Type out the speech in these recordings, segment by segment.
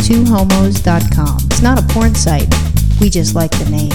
twohomos.com. It's not a porn site. We just like the name.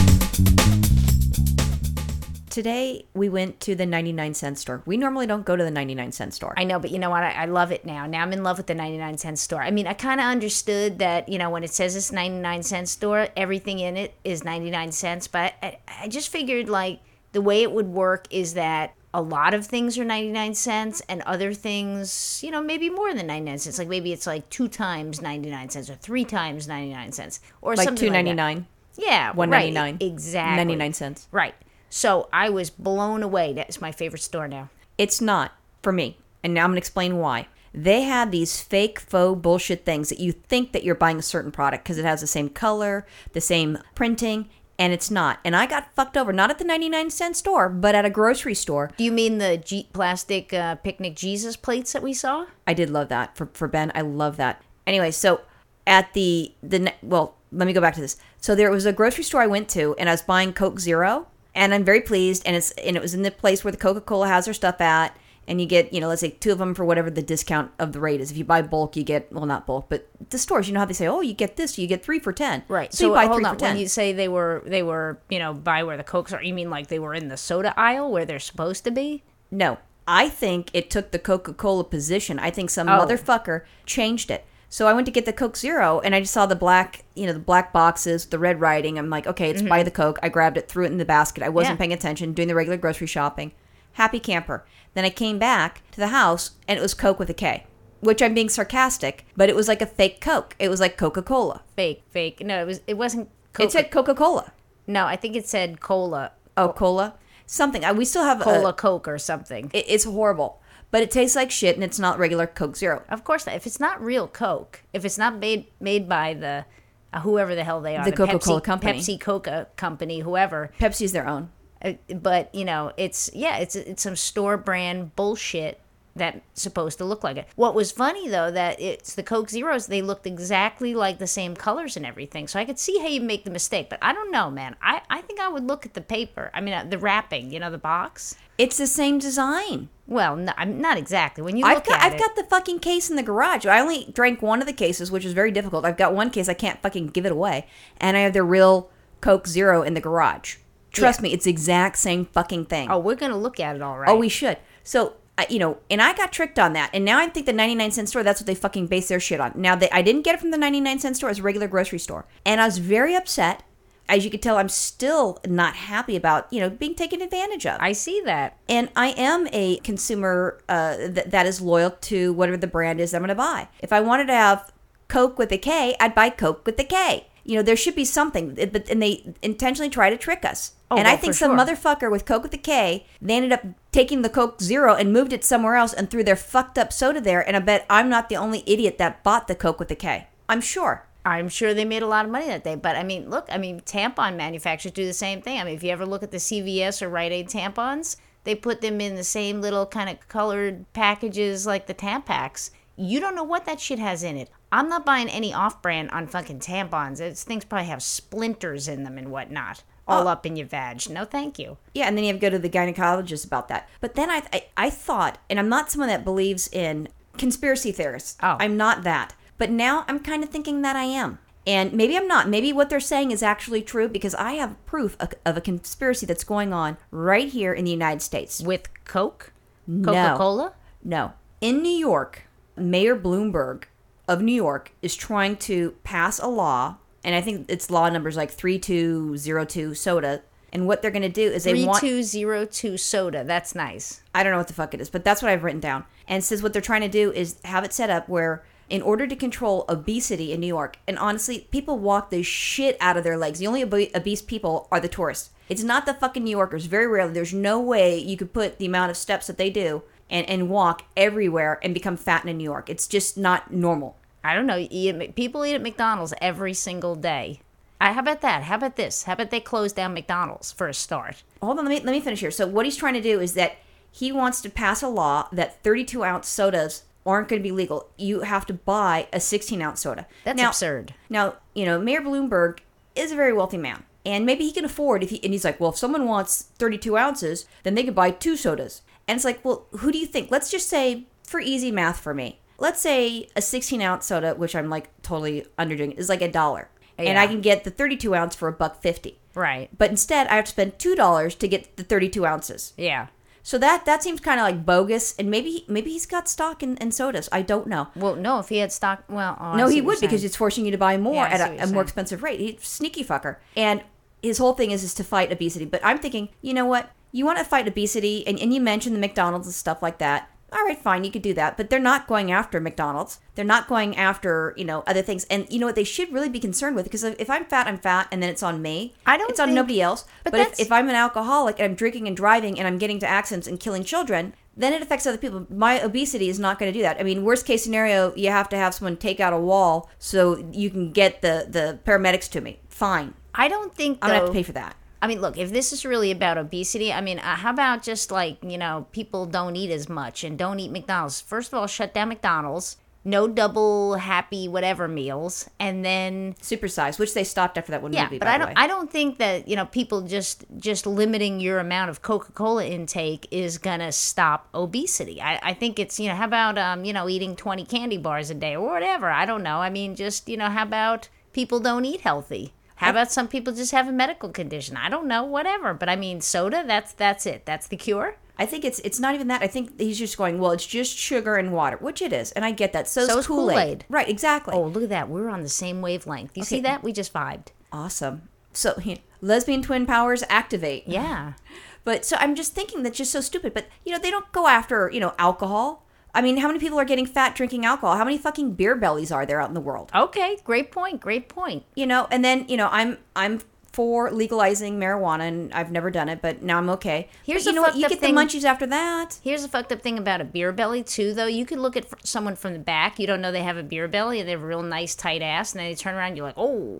Today we went to the 99 cent store. We normally don't go to the 99 cent store. I know, but you know what? I, I love it now. Now I'm in love with the 99 cent store. I mean, I kind of understood that, you know, when it says it's 99 cent store, everything in it is 99 cents. But I, I just figured like the way it would work is that a lot of things are 99 cents and other things, you know, maybe more than 99 cents. Like maybe it's like two times 99 cents or three times 99 cents or like something like that. 2.99, Yeah, right, 1.99, exactly. 99 cents. Right. So I was blown away. That's my favorite store now. It's not for me. And now I'm going to explain why. They have these fake faux bullshit things that you think that you're buying a certain product because it has the same color, the same printing, and it's not. And I got fucked over, not at the 99 cent store, but at a grocery store. Do you mean the G- plastic uh, picnic Jesus plates that we saw? I did love that for, for Ben. I love that. Anyway, so at the the ne- well, let me go back to this. So there was a grocery store I went to, and I was buying Coke Zero, and I'm very pleased. And it's and it was in the place where the Coca Cola has their stuff at, and you get you know let's say two of them for whatever the discount of the rate is. If you buy bulk, you get well not bulk, but the stores you know how they say oh you get this you get three for ten So, So, you buy hold three on. for ten. When you say they were they were you know by where the cokes are, you mean like they were in the soda aisle where they're supposed to be? No, I think it took the Coca Cola position. I think Oh. some motherfucker changed it. So I went to get the Coke Zero, and I just saw the black, you know, the black boxes, the red writing. I'm like, okay, it's by the Coke. I grabbed it, threw it in the basket. I wasn't Mm-hmm. Yeah. paying attention, doing the regular grocery shopping. Happy camper. Then I came back to the house, and it was Coke with a K, which I'm being sarcastic, but it was like a fake Coke. It was like Coca Cola. Fake, fake. No, it was it wasn't. Coca- It said Coca Cola. no. I think it said cola, Oh, cola, something. I, we still have a- cola Coke or something. it, it's horrible, but it tastes like shit, and it's not regular Coke Zero. of course, not. if it's not real Coke, if it's not made made by the uh, whoever the hell they are, The Pepsi- Coca-Cola company. Pepsi Coca company, whoever. Pepsi's their own. Uh, but you know it's yeah it's it's some store brand bullshit that's supposed to look like it what was funny though that it's the coke zeros they looked exactly like the same colors and everything so i could see how you make the mistake but i don't know man i i think i would look at the paper i mean uh, the wrapping you know the box It's the same design. well no, i'm not exactly when you look I've got at I've it got the fucking case in the garage. I only drank one of the cases, which is very difficult. I've got one case I can't fucking give it away, and I have the real Coke Zero in the garage. Trust me, it's the exact same fucking thing. oh we're gonna look at it all right Oh, we should. So, I, you know, and I got tricked on that. And now I think the 99 cent store, that's what they fucking base their shit on. Now, they, I didn't get it from the 99 cent store, it's a regular grocery store. And I was very upset. As you can tell, I'm still not happy about, you know, being taken advantage of. i see that and I am a consumer uh, th- that is loyal to whatever the brand is I'm going to buy. If I wanted to have Coke with a K, I'd buy Coke with a K. You know, there should be something, It- but and they intentionally try to trick us. Oh, and I well, think for some sure. motherfucker with Coke with a K, they ended up taking the Coke Zero and moved it somewhere else and threw their fucked up soda there. And I bet I'm not the only idiot that bought the Coke with a K. I'm sure. I'm sure they made a lot of money that day. But I mean, look, I mean, tampon manufacturers do the same thing. I mean, if you ever look at the CVS or Rite Aid tampons, they put them in the same little kind of colored packages like the Tampax. You don't know what that shit has in it. I'm not buying any off brand on fucking tampons. Those things probably have splinters in them and whatnot, all up in your vag. No, thank you. Yeah, and then you have to go to the gynecologist about that. But then I, I, I thought, and I'm not someone that believes in conspiracy theorists. Oh. I'm not that. But now I'm kind of thinking that I am. And maybe I'm not. Maybe what they're saying is actually true because I have proof of, of a conspiracy that's going on right here in the United States. With Coke? Coca Cola? No. In New York, Mayor Bloomberg of New York is trying to pass a law, and I think it's law numbers like 3202 soda. And what they're going to do is they want 3202 soda. That's nice. I don't know what the fuck it is, but that's what I've written down. And it says what they're trying to do is have it set up where, in order to control obesity in New York, and honestly, people walk the shit out of their legs. The only obe- obese people are the tourists. It's not the fucking New Yorkers. Very rarely. There's no way you could put the amount of steps that they do and, and walk everywhere and become fat in New York. It's just not normal. I don't know. you Eat at, Mc- people eat at McDonald's every single day. I, how about that? How about this? How about they close down McDonald's for a start? hold on let me let me finish here so what he's trying to do is that he wants to pass a law that 32 ounce sodas aren't going to be legal you have to buy a 16 ounce soda That's Now- absurd. now you know mayor bloomberg is a very wealthy man and maybe he can afford if he and he's like well if someone wants 32 ounces then they could buy two sodas and it's like well who do you think let's just say for easy math for me let's say a 16 ounce soda, which I'm like totally underdoing, is like a dollar, and Yeah. I can get the 32 ounce for a buck fifty. Right. But instead, I have to spend two dollars to get the 32 ounces. Yeah. So that that seems kind of like bogus, and maybe maybe he's got stock in, in sodas. I don't know. Well, no, if he had stock, well, oh, I No, see he what would you're because saying. it's forcing you to buy more Yeah, I see at a, what you're a more saying. expensive rate. He's a sneaky fucker. And his whole thing is is to fight obesity. But I'm thinking, you know what? You want to fight obesity and, and you mentioned the McDonald's and stuff like that. All right, fine, you could do that. But they're not going after McDonald's. They're not going after, you know, other things. And you know what they should really be concerned with? Because if if I'm fat, I'm fat and then it's on me. I don't it's on think- nobody else. But, but if, that's- if I'm an alcoholic and I'm drinking and driving and I'm getting to accidents and killing children, then it affects other people. My obesity is not going to do that. I mean, worst case scenario, you have to have someone take out a wall so you can get the the paramedics to me. Fine, I don't think I'm though, gonna have to pay for that. I mean, look, if this is really about obesity, I mean, uh, how about just like, you know, people don't eat as much and don't eat McDonald's? First of all, shut down McDonald's, no double happy whatever meals, and then Supersize, which they stopped after that one yeah, movie. but by I the don't way. I don't think that, you know, people just just limiting your amount of Coca-Cola intake is going to stop obesity. I I think it's, you know, how about um, you know, eating 20 candy bars a day or whatever. I don't know. I mean, just, you know, how about people don't eat healthy? How about some people just have a medical condition? I don't know, whatever. But I mean, soda, that's that's it. That's the cure. I think it's it's not even that. I think he's just going. Well, it's just sugar and water, which it is, and I get that. So, So is is Kool Aid, Kool-Aid. right? Exactly. Oh, look at that. We're on the same wavelength. You see that? We just vibed. Awesome. So lesbian twin powers activate. Yeah. But so I'm just thinking that's just so stupid. But you know, they don't go after you know alcohol. I mean, how many people are getting fat drinking alcohol? How many fucking beer bellies are there out in the world? Okay, great point. Great point. You know, and then you know, I'm I'm for legalizing marijuana, and I've never done it, but now I'm okay. Here's but you the know what? fucked You up get thing- the munchies after that. Here's a fucked up thing about a beer belly too, though. You could look at fr- someone from the back. You don't know they have a beer belly, and they have a real nice tight ass, and then they turn around, and you're like, oh,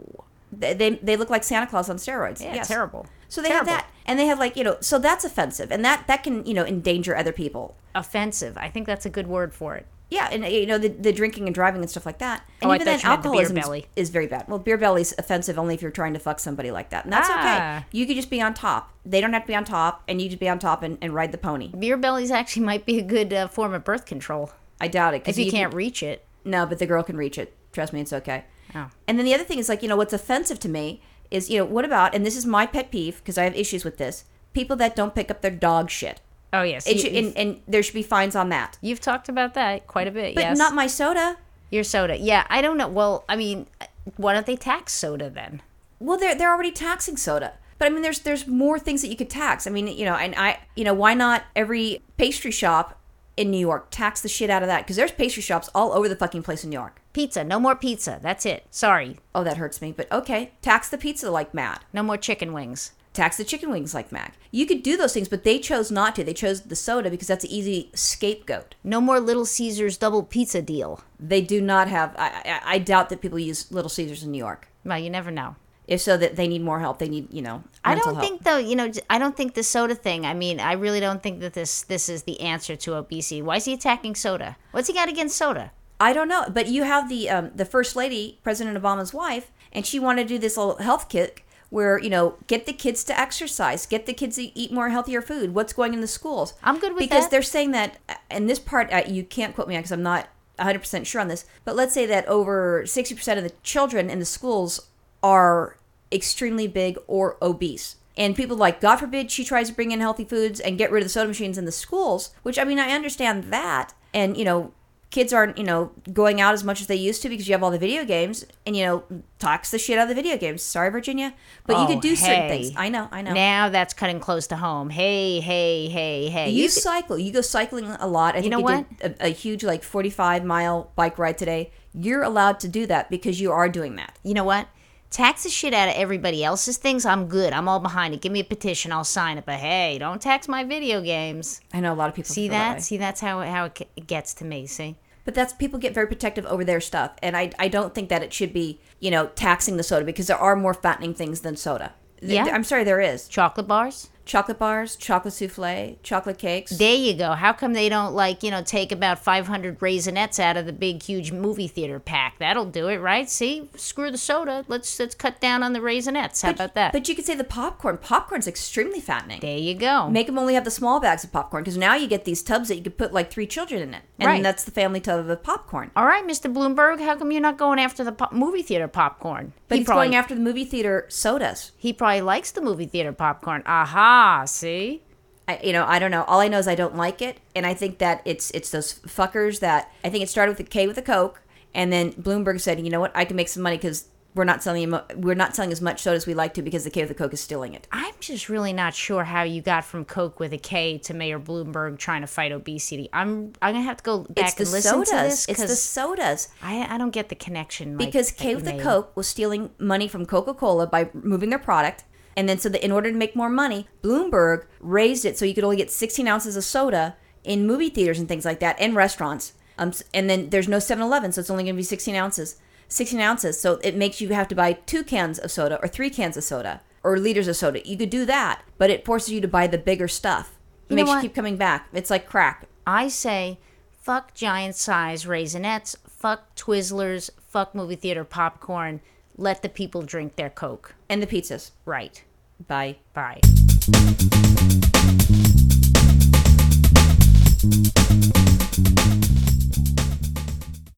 They they, they look like Santa Claus on steroids. yeah, Yes. terrible. So they Terrible. have that, and they have like you know, so that's offensive, and that that can you know endanger other people. Offensive. I think that's a good word for it. Yeah, and you know the, the drinking and driving and stuff like that. And Oh, I even then, thought you meant the beer alcoholism is- belly. is very bad. Well, beer belly's offensive only if you're trying to fuck somebody like that, and that's Ah. okay. You could just be on top. They don't have to be on top, and you just be on top and, and ride the pony. Beer bellies actually might be a good uh, form of birth control I doubt it if you, can- can't reach it. no, but the girl can reach it. Trust me, it's okay. Oh. And then the other thing is like, you know, what's offensive to me is, you know, what about, and this is my pet peeve because I have issues with this people that don't pick up their dog shit. Oh yes, It you, should, you've, and, and there should be fines on that. you've talked about that quite a bit. But yes, not my soda. your soda. Yeah, I don't know. Well, I mean, why don't they tax soda then? Well, they're they're already taxing soda. But I mean, there's there's more things that you could tax. I mean, you know, and I, you know, why not every pastry shop in New York tax the shit out of that? Because there's pastry shops all over the fucking place in New York. Pizza. No more pizza. That's it. Sorry. Oh, that hurts me. But okay, tax the pizza like mad. No more chicken wings. Tax the chicken wings like mad. You could do those things, but they chose not to. They chose the soda because that's an easy scapegoat. No more Little Caesars double pizza deal. They do not have. I, I, I doubt that people use Little Caesars in New York. Well, you never know. If so, that they need more help. They need you know. I mental don't help. think though, you know, j- I don't think the soda thing. I mean, I really don't think that this this is the answer to obesity. Why is he attacking soda? What's he got against soda? I don't know, but you have the um, the first lady, President Obama's wife, and she wanted to do this little health kick where you know get the kids to exercise, get the kids to eat more healthier food. What's going in the schools? I'm good with because that. they're saying that, and this part uh, you can't quote me on because I'm not 100 percent sure on this, but let's say that over 60 percent of the children in the schools are extremely big or obese. And people like, God forbid, she tries to bring in healthy foods and get rid of the soda machines in the schools, which I mean, I understand that. And, you know, kids aren't you know going out as much as they used to because you have all the video games and you know talks the shit out of the video games sorry virginia but you Oh, could do certain hey. things i know i know Now that's cutting close to home. Hey, hey, hey, hey. you, You could- cycle you go cycling a lot i think know we did a, a huge like 45 mile bike ride today you're allowed to do that because you are doing that you know what? Tax the shit out of everybody else's things. I'm good. I'm all behind it. Give me a petition. I'll sign it. But hey, don't tax my video games. i know a lot of people See feel that? way. See that's how it- how it ge- it gets to me. See. But that's people get very protective over their stuff, and I I don't think that it should be you know taxing the soda because there are more fattening things than soda. Th- Yeah. I'm sorry, there is Chocolate bars? chocolate bars, chocolate souffle, chocolate cakes. There you go. How come they don't like you know take about five hundred raisinets out of the big huge movie theater pack? That'll do it, right? See, screw the soda. Let's let's cut down on the raisinets. How about that? but you could say the popcorn. Popcorn's extremely fattening. there you go. Make them only have the small bags of popcorn because now you get these tubs that you could put like three children in it, and Right. that's the family tub of popcorn. All right, Mr. Bloomberg, how come you're not going after the pop- movie theater popcorn? But he he's probably, going after the movie theater sodas. He probably likes the movie theater popcorn. Aha, see? I, you know, I don't know. All I know is I don't like it, and I think that it's it's those fuckers that I think it started with a K with a Coke, and then Bloomberg said, you know what, I can make some money because we're not selling emo- we're not selling as much soda as we like to because the K with a Coke is stealing it. I'm just really not sure how you got from Coke with a K to Mayor Bloomberg trying to fight obesity. I'm I'm gonna have to go back it's the and listen sodas. to this it's the because sodas I, I don't get the connection. Mike, because that K you with a made. Coke was stealing money from Coca Cola by moving their product. And then, so that in order to make more money, Bloomberg raised it so you could only get 16 ounces of soda in movie theaters and things like that and restaurants. Um, s- and then there's no 7 Eleven, so it's only going to be 16 ounces. 16 ounces. So it makes you have to buy two cans of soda or three cans of soda or liters of soda. You could do that, but it forces you to buy the bigger stuff. It You know makes you what? keep coming back. It's like crack. I say, fuck giant size raisinettes, fuck Twizzlers, fuck movie theater popcorn. Let the people drink their Coke. And the pizzas. Right. Bye. Bye.